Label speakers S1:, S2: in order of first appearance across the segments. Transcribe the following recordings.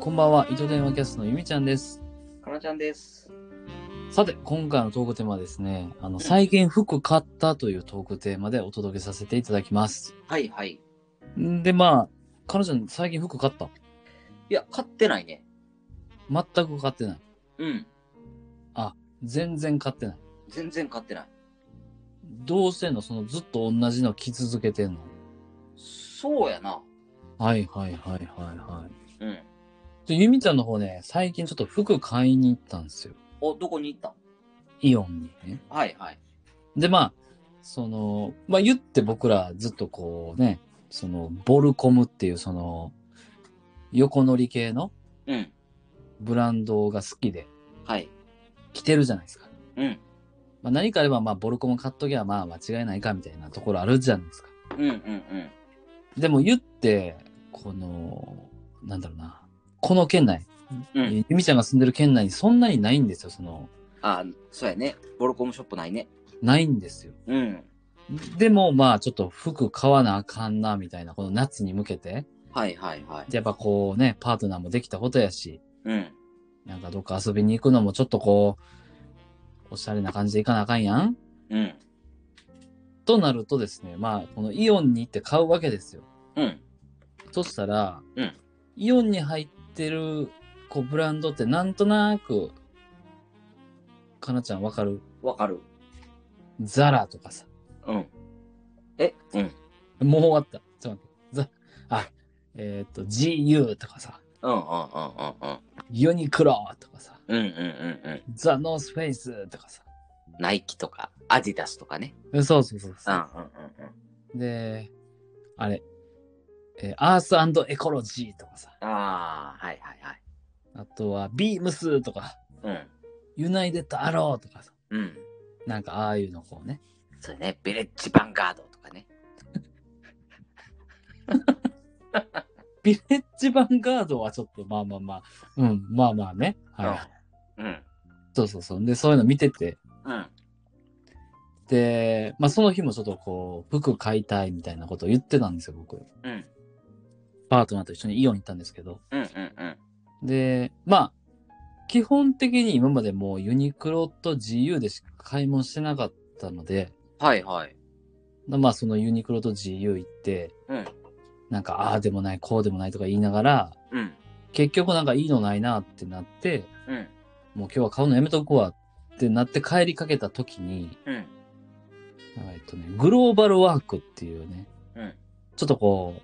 S1: こんばんは、糸電話キャストのゆみちゃんです。
S2: かなちゃんです。
S1: さて、今回のトークテーマはですね、あの、最近服買ったというトークテーマでお届けさせていただきます。
S2: はいはい。い
S1: んで、まあ、彼女最近服買った
S2: や、買ってないね。
S1: 全く買ってない。
S2: うん。
S1: 全然買ってない。
S2: 全然買ってない。
S1: どうしてんのそのずっと同じの着続けてんの
S2: そうやな。
S1: はいはいはいはいはい。
S2: うん。
S1: で、ゆみちゃんの方ね、最近ちょっと服買いに行ったんですよ。
S2: お、どこに行った
S1: イオンにね。
S2: はいはい。
S1: で、まあ、その、まあ言って僕らずっとこうね、その、ボルコムっていうその、横乗り系の
S2: うん。
S1: ブランドが好きで
S2: はい。
S1: 着てるじゃないですか。
S2: うん。
S1: まあ何かあれば、まあボルコム買っときゃまあ間違いないかみたいなところあるじゃないですか。
S2: うんうんうん。
S1: でも言って、この、なんだろうな、この県内、
S2: うん。
S1: ゆみちゃんが住んでる県内にそんなにないんですよ、その、
S2: あ、そうやね。ボロコムショップないね。
S1: ないんですよ。
S2: うん。
S1: でもまあちょっと服買わなあかんな、みたいな、この夏に向けて。
S2: はいはいはい。
S1: でやっぱこうね、パートナーもできたことやし、
S2: うん。
S1: なんかどっか遊びに行くのもちょっとこう、おしゃれな感じで行かなあかんやん
S2: うん。
S1: となるとですね、まあ、このイオンに行って買うわけですよ。
S2: うん。
S1: そしたら、
S2: うん
S1: イオンに入ってる、こう、ブランドってなんとなく、かなちゃんわかる
S2: わかる。
S1: ザラとかさ。
S2: うん。えうん。
S1: もう終わった。ちょっと待って。ザ、あ、えーっと、GU とかさ、
S2: うんうんう
S1: ユニクロとかさ、
S2: んうんうん。うんうんうんうん。
S1: ザ・ノースフェイスとかさ。
S2: ナイキとか、アディダスとかね。
S1: そうそうそうそう。
S2: うんうんうんうん。
S1: で、あれ、えーアースエコロジーとかさ、
S2: ああ、はいはいはい。
S1: あとはビームスとか、ユナイテッドアローとかさ、
S2: うん。うん。
S1: なんかああいうのこうね。
S2: そうね、ビレッジヴァンガードとかね。
S1: ビレッジヴァンガードはちょっとまあまあまあ、うん、まあまあね。は
S2: うん。
S1: い。そうそうそう。で、そういうの見てて、
S2: うん。
S1: で、まあその日もちょっとこう、服買いたいみたいなことを言ってたんですよ、僕。
S2: うん。
S1: パートナーと一緒にイオン行ったんですけど。
S2: うん。うん。うん。
S1: で、まあ、基本的に今までもうユニクロと GU でしか買い物してなかったので、
S2: はいはい。
S1: まあそのユニクロと GU 行って、
S2: うん。
S1: なんかああでもない、こうでもないとか言いながら、
S2: うん。
S1: 結局なんかいいのないなってなって、
S2: うん。
S1: もう今日は買うのやめとくわってなって帰りかけた時に、
S2: うん。
S1: えっとね、グローバルワークっていうね、
S2: うん。
S1: ちょっとこ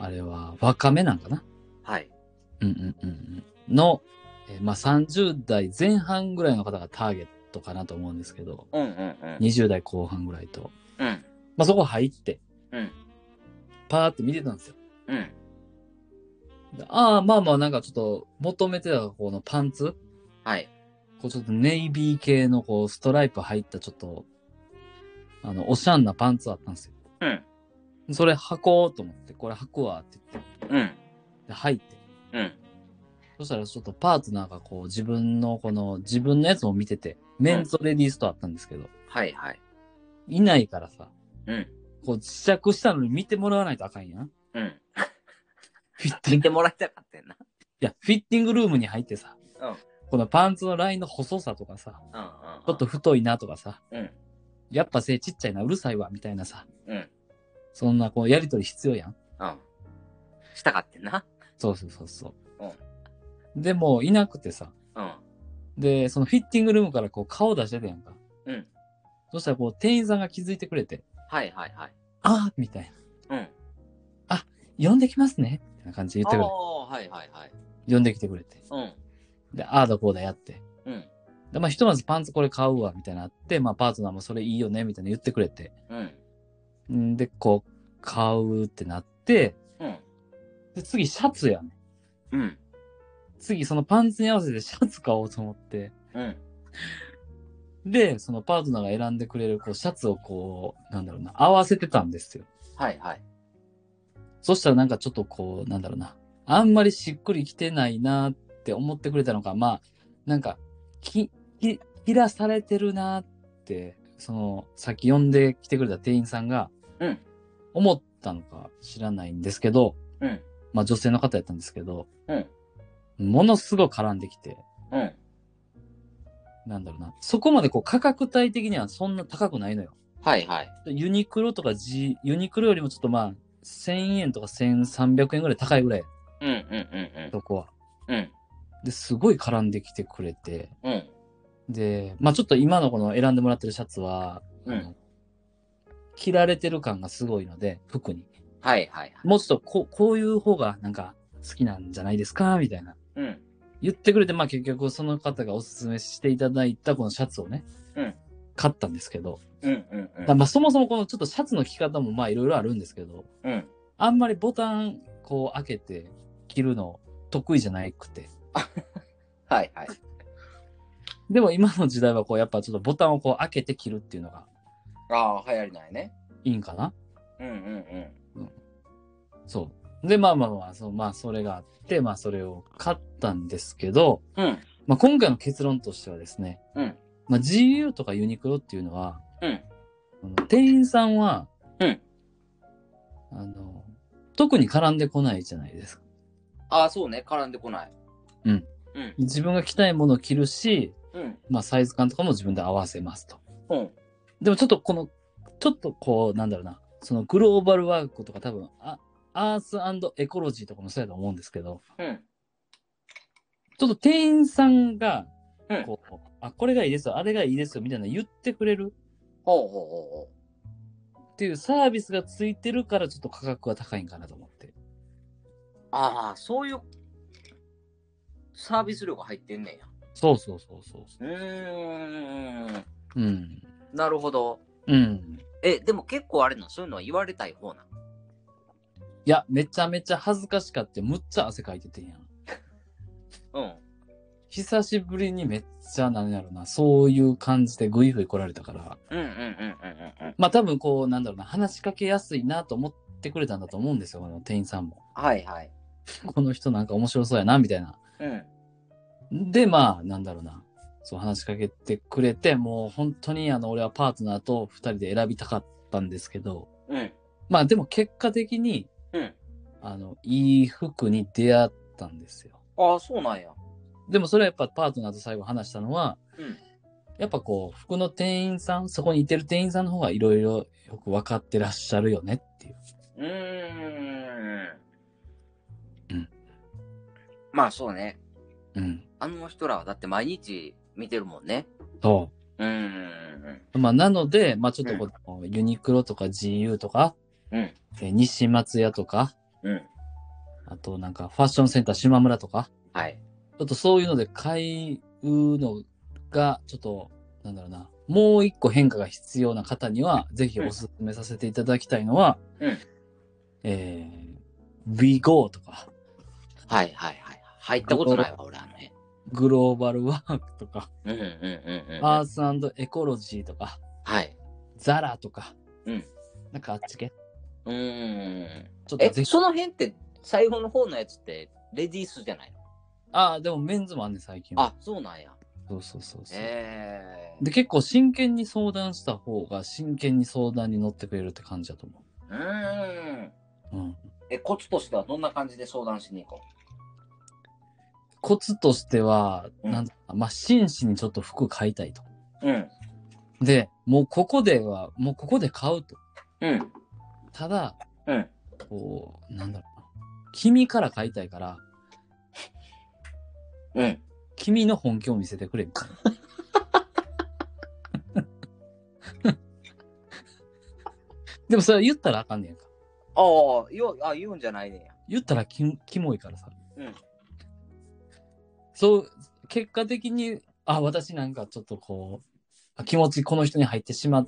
S1: う、あれは若めなんかな
S2: はい。
S1: うんうんうんうん。の、えーまあ30代前半ぐらいの方がターゲットかなと思うんですけど、
S2: うん。うん。うん。
S1: 20代後半ぐらいと。
S2: うん。
S1: まあそこ入って、
S2: うん。
S1: パーって見てたんですよ。
S2: うん。
S1: でああ、まあまあなんかちょっと求めてたこのパンツ
S2: はい。
S1: こうちょっとネイビー系のこうストライプ入ったちょっと、あの、おしゃんなパンツあったんですよ。
S2: うん。
S1: それ履こうと思って、これ履くわって言って、
S2: うん。
S1: で履いて。
S2: うん。
S1: そしたらちょっとパートナーがこう自分のこの自分のやつを見てて、メンズとレディースとあったんですけど、
S2: はいはい。
S1: いないからさ、
S2: うん。
S1: こう試着したのに見てもらわないとあかんやん。
S2: うん。
S1: フィッティン
S2: 見
S1: グ、
S2: て
S1: い
S2: もらいたかったよな。
S1: や、フィッティングルームに入ってさ、
S2: うん
S1: このパンツのラインの細さとかさ、
S2: うん。うん。
S1: ちょっと。太いなとかさ、
S2: うん。
S1: やっぱ背ちっちゃいな、うるさいわ、みたいなさ、
S2: うん。
S1: そんなこうやりとり必要やん。
S2: うん。したかったよな。
S1: そうそうそうそう。でも、いなくてさ。
S2: うん。
S1: で、そのフィッティングルームからこう顔出してたやんか。
S2: うん。
S1: そしたらこう店員さんが気づいてくれて、
S2: はいはいはい。
S1: あーみたいな。
S2: うん。
S1: 呼んできますねみたいな感じで言ってくれ
S2: あ、はいはいはい。
S1: て。呼んできてくれて。
S2: うん。
S1: で、あーだこうだやって。
S2: うん。
S1: で、まあひとまずパンツこれ買うわ、みたいなあって、まあパートナーもそれいいよね、みたいな言ってくれて。
S2: うん。
S1: んで、こう、買うってなって、
S2: うん。
S1: で、次シャツやね。
S2: うん。
S1: 次そのパンツに合わせてシャツ買おうと思って。
S2: うん。
S1: で、そのパートナーが選んでくれるこうシャツをこう、なんだろうな、合わせてたんですよ。
S2: はいはい。
S1: そしたらなんかちょっとこう、なんだろうな、あんまりしっくりきてないなって思ってくれたのか、まあ、なんか、き、き、切らされてるなって、その、さっき呼んできてくれた店員さんが、
S2: うん
S1: 思ったのか知らないんですけど、
S2: うん。
S1: まあ女性の方やったんですけど、
S2: うん
S1: ものすごい絡んできて、
S2: うん。
S1: なんだろうな。そこまでこう価格帯的にはそんな高くないのよ。
S2: はいはい。
S1: ユニクロとか G、ユニクロよりもちょっとまあ、1000円とか1300円ぐらい高いぐらい、
S2: うんうんうん
S1: そこは。
S2: うん。うん。
S1: で、すごい絡んできてくれて、
S2: うん。
S1: で、まあちょっと今のこの選んでもらってるシャツは、
S2: うん
S1: あの着られてる感がすごいので、服に。
S2: はいはいはい。
S1: もうちょっとこうこういう方がなんか好きなんじゃないですかみたいな。
S2: うん。
S1: 言ってくれて、まあ結局その方がおすすめしていただいたこのシャツをね、
S2: うん
S1: 買ったんですけど、
S2: うんうん
S1: だからまあそもそもこのちょっとシャツの着方もまあいろいろあるんですけど、
S2: うん。うん。
S1: あんまりボタンこう開けて着るの得意じゃなくて。
S2: はいはい。
S1: でも今の時代はこうやっぱちょっとボタンをこう開けて着るっていうのが
S2: ああ、流行りないね。
S1: いいんかな
S2: うんうんうん。
S1: そう。で、まあまあまあ、そうまあそれがあって、まあそれを買ったんですけど、
S2: うん。
S1: まあ今回の結論としてはですね、
S2: うん
S1: まあ GU とかユニクロっていうのは、
S2: うん。
S1: あの店員さんは、
S2: うん
S1: あの、特に絡んでこないじゃないですか。
S2: ああ、そうね。絡んでこない。
S1: うん。
S2: うん。
S1: 自分が着たいものを着るし、
S2: うん。
S1: まあサイズ感とかも自分で合わせますと。
S2: うん。
S1: でもちょっとこの、ちょっとこう、なんだろうな、そのグローバルワークとか多分、あアースエコロジーとかもそうやと思うんですけど、
S2: うん。
S1: ちょっと店員さんが
S2: うん、
S1: こう、あ、これがいいですよ、あれがいいですよ、みたいな言ってくれる
S2: ほうほうほ
S1: っていうサービスがついてるから、ちょっと価格は高いんかなと思って。
S2: うほう。ああ、そういうサービス料が入ってんねんや。
S1: そうそうそうそう
S2: ーん。
S1: う。うん。
S2: なるほど。
S1: うん。
S2: え、でも結構あれな、そういうのは言われたい方な。
S1: いや、めちゃめちゃ恥ずかしかって、むっちゃ汗かいててんやん。
S2: うん。
S1: 久しぶりにめっちゃ、なんやろな、そういう感じでグイグイ来られたから、
S2: うんうんうんうんうんうん。
S1: まあ多分こう、なんだろうな、話しかけやすいなと思ってくれたんだと思うんですよ、あの店員さんも。
S2: はいはい。
S1: この人なんか面白そうやな、みたいな。
S2: うん。
S1: で、まあ、なんだろうな。そう話しかけてくれて、もう本当にあの、俺はパートナーと二人で選びたかったんですけど、
S2: うん。
S1: まあでも結果的に、
S2: うん。
S1: あの、いい服に出会ったんですよ。
S2: ああ、そうなんや。
S1: でもそれはやっぱパートナーと最後話したのは、
S2: うん
S1: やっぱこう、服の店員さん、そこにいてる店員さんの方がいろいろよく分かってらっしゃるよねっていう。
S2: うーん。
S1: うん。
S2: まあそうね。
S1: うん。
S2: あの人らはだって毎日見てるもんね。
S1: そう
S2: ーん。
S1: う。まあなので、まあちょっとこの、ユニクロとか GU とか、
S2: うん。
S1: えー西松屋とか、
S2: うん。
S1: あとなんかファッションセンター島村とか、
S2: はい。
S1: ちょっとそういうので買うのが、ちょっと、なんだろうな、もう一個変化が必要な方には、ぜひおすすめさせていただきたいのは、
S2: うん
S1: えー、WeGo とか、
S2: はいはいはい。入ったことないわ、俺、あの辺。
S1: グローバルワークとか、
S2: うんうんうんうん。
S1: アースエコロジーとか、
S2: はい。
S1: ザラとか、
S2: うん
S1: なんかあっち系
S2: うーん。
S1: ちょっとぜ
S2: え、
S1: ひ、
S2: その辺って、最後の方のやつって、レディースじゃないの
S1: ああ、でもメンズもあんねん最近は。
S2: あ、そうなんや。
S1: そうそうそうそう。
S2: ええ
S1: で、結構真剣に相談した方が、真剣に相談に乗ってくれるって感じだと思
S2: うーん。
S1: う。うん。
S2: え、コツとしてはどんな感じで相談しに行こ
S1: コツとしては、
S2: うん
S1: なんだまあ、真摯にちょっと服買いたいと。
S2: ううん。
S1: で、もうここでは、もうここで買うと。
S2: うん。
S1: ただ、
S2: うん。
S1: こう、なんだろうな。君から買いたいから、
S2: うん。
S1: 君の本気を見せてくれ、みたい な。でもそれ言ったらあかんねんか。
S2: ああ、よあ言うんじゃないねんや。
S1: 言ったらキキモいからさ。
S2: うん。
S1: そう、結果的に、あ、私なんかちょっとこう、あ気持ちこの人に入ってしまっ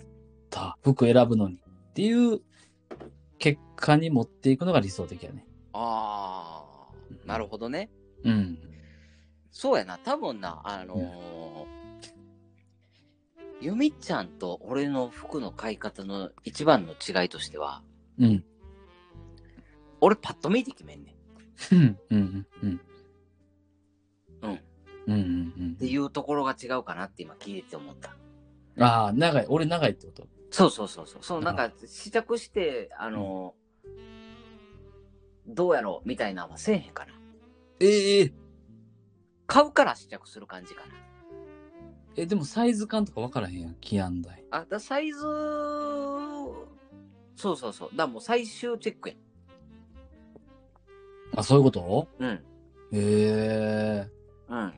S1: た服選ぶのにっていう結果に持っていくのが理想的やね。
S2: ああ、なるほどね。
S1: うん。
S2: そうやな、多分な、あのーゆみちゃんと俺の服の買い方の一番の違いとしては、
S1: うん。
S2: 俺パッと見て決めんねん。っ
S1: うん。うん。うん。
S2: うん。
S1: うん。うん
S2: ていうところが違うかなって今聞いてて思った。
S1: うん。ああ、長い。俺長いってこと。
S2: そうそうそうそう。そうのなんか試着して、あのーどうやろうみたいなのはせえへんかな。
S1: ええ
S2: 買うから試着する感じかな。
S1: え、でもサイズ感とか分からへんやん、キアンダイ。
S2: あ、だサイズ、そうそうそう。だもう最終チェックやん。
S1: あ、そういうこと
S2: うん。
S1: ええ
S2: うん。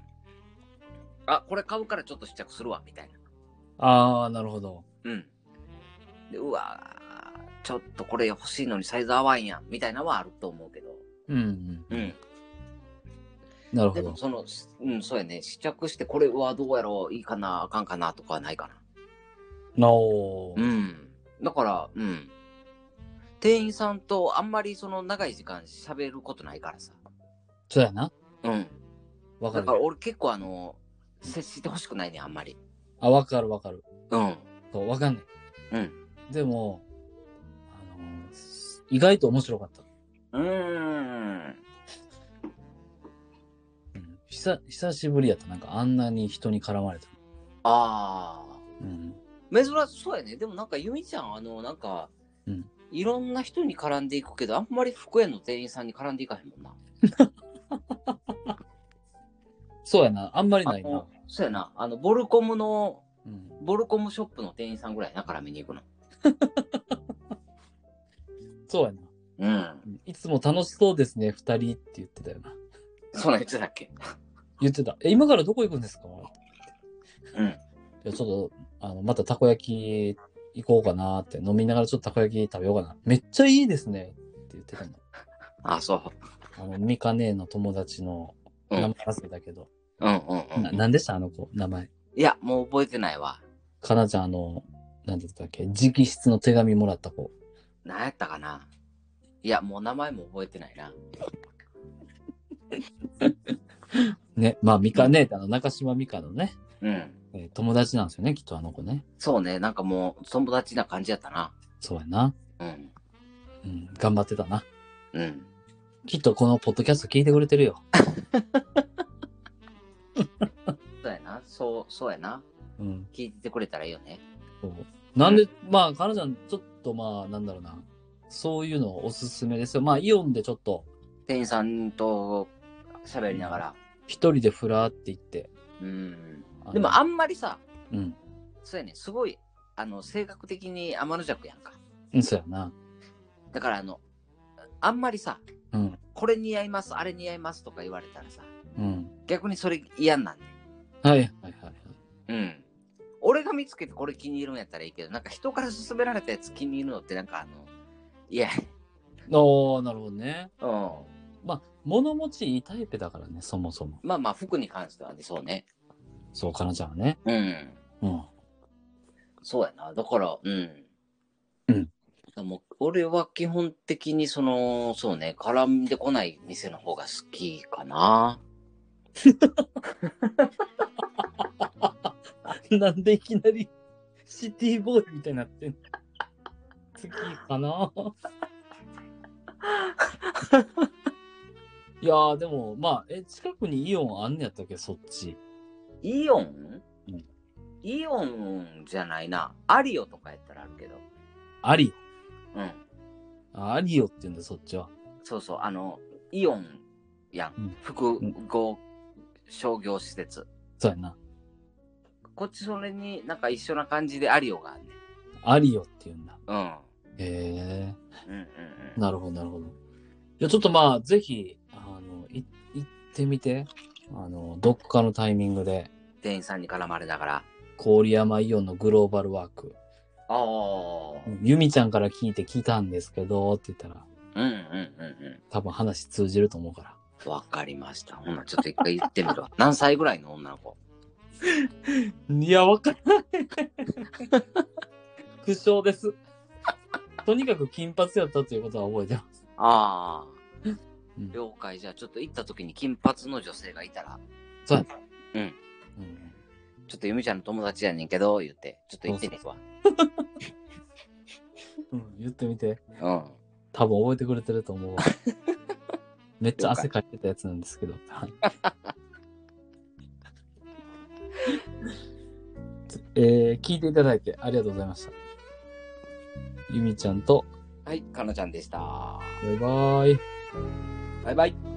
S2: あ、これ買うからちょっと試着するわ、みたいな。
S1: ああ、なるほど。
S2: うん。でうわーちょっとこれ欲しいのにサイズ合わんやん、みたいなのはあると思うけど。
S1: うん、うん。
S2: うん。
S1: なるほ
S2: で
S1: ど
S2: も。その、しうん、そうやね。試着して、これはどうやろういいかなあかんかなとかはないかな。
S1: なおー、
S2: うん。だから、うん。店員さんとあんまりその長い時間喋ることないからさ。
S1: そうやな。
S2: うん。
S1: わか
S2: だ
S1: る
S2: か。ら俺結構あの、接してほしくないね、あんまり。
S1: あ、わかるわかる。
S2: うん。
S1: そう、わかんない。
S2: うん。
S1: でも、あの意外と面白かった。
S2: うーん。
S1: うん、久久しぶりやった。なんかあんなに人に絡まれた。
S2: ああ。
S1: うん。
S2: 珍しそうやね。でもなんか、ゆみちゃん、あの、なんか、
S1: うん
S2: いろんな人に絡んでいくけど、あんまり服屋の店員さんに絡んでいかへんもんな。
S1: そうやな。あんまり
S2: あ
S1: ないな
S2: の。そうやな。あの、ボルコムの、
S1: うん、
S2: ボルコムショップの店員さんぐらいやな、絡みに行くの。
S1: そうやな。
S2: うん。
S1: うんいつも楽しそうですね、二人って言ってたよな。
S2: そんなん言ってたっけ
S1: 言ってた。え、今からどこ行くんですか
S2: うん。
S1: いやちょっと、あの、またたこ焼き行こうかなって、飲みながらちょっとたこ焼き食べようかな。めっちゃいいですねって言ってたの。
S2: あ、そう。
S1: あの、ミカ姉の友達の
S2: う
S1: 名
S2: ん
S1: 前忘れたけど、
S2: うんうんう
S1: な、
S2: ん。
S1: なんでしたあの子、名前。
S2: いや、もう覚えてないわ。
S1: かなちゃん、あの、なんて言ってたっけ、直筆の手紙もらった子。
S2: 何やったかな。いや、もう名前も覚えてないな。
S1: ね、まあ、ミカ姉ってあの、中島ミカのね、
S2: うん。
S1: えー友達なんですよね、きっとあの子ね。
S2: そうね、なんかもう、友達な感じやったな。
S1: そうやな。
S2: うん。
S1: うん、頑張ってたな。
S2: うん。
S1: きっとこのポッドキャスト聞いてくれてるよ。
S2: そうやな。そう、そうやな。
S1: うん。
S2: 聞いてくれたらいいよね。
S1: そうなんで、まあ、かなちゃん、ちょっとまあ、なんだろうな。そういうのおすすめですよ。まあ、イオンでちょっと、
S2: 店員さんと喋りながら。
S1: 一人でふらーって行って。
S2: うん。
S1: あの
S2: でもあんまりさ、
S1: うん。
S2: そうやね、すごい、あの、性格的に天の弱やんか。
S1: うん、そうやな。
S2: だからあの、あんまりさ、
S1: うん。
S2: これ似合います、あれ似合いますとか言われたらさ、
S1: うん。
S2: 逆にそれ嫌になんね
S1: はい、はい、はいはい。
S2: うん。俺が見つけてこれ気に入るんやったらいいけど、なんか人から勧められたやつ気に入るのってなんかあの、いや、
S1: おー、なるほどね。
S2: うん。
S1: まあ、物持ちいいタイプだからね、そもそも。
S2: まあまあ服に関してはね、そうね。
S1: そう、かなちゃんはね。
S2: うん。
S1: うん。
S2: そうやな。だから、うん。
S1: うん。
S2: でも俺は基本的にその、そうね、絡んでこない店の方が好きかな。
S1: なんでいきなりシティボーイみたいになってんの好きかな いやーでもまあえ近くにイオンあんねやったっけそっち
S2: イオン、
S1: うん
S2: イオンじゃないな。アリオとかやったらあるけど。
S1: アリ
S2: うん。
S1: オあアリオって言うんだそっちは
S2: そうそう、あの、イオンや
S1: うん
S2: ん。複合商業施設。
S1: そうやな
S2: こっちそれになんか一緒な感じでアリオがあんね
S1: アリオって言うんだ
S2: うん。
S1: へえ
S2: うんうん
S1: ー、なるほどなるほどいやちょっとまあぜひあのい行ってみてあのどっかのタイミングで
S2: うん。店員さんに絡まれながら。
S1: 郡山イオンのグローバルワーク
S2: ああ。
S1: 由美ちゃんから聞いて聞いたんですけどって言ったら
S2: うんうんうん
S1: 多分話通じると思うから
S2: うん。わかりました。ほんならちょっと一回言ってみるわ。 何歳ぐらいの女の子
S1: いやわからない苦笑ですとにかく金髪やったということは覚えてます、
S2: ああ。
S1: うん
S2: 了解。じゃあちょっと行った時に金髪の女性がいたら、
S1: そううん
S2: ちょっとゆみちゃんの友達やねんけど、言って、ちょっと行ってみるわ。
S1: うん、言ってみて
S2: うん。
S1: 多分覚えてくれてると思 うわめっちゃ汗かいてたやつなんですけどはいえー聞いていただいてありがとうございました由美ちゃんと
S2: はい、かなちゃんでした。
S1: バイバイ
S2: バイバイ。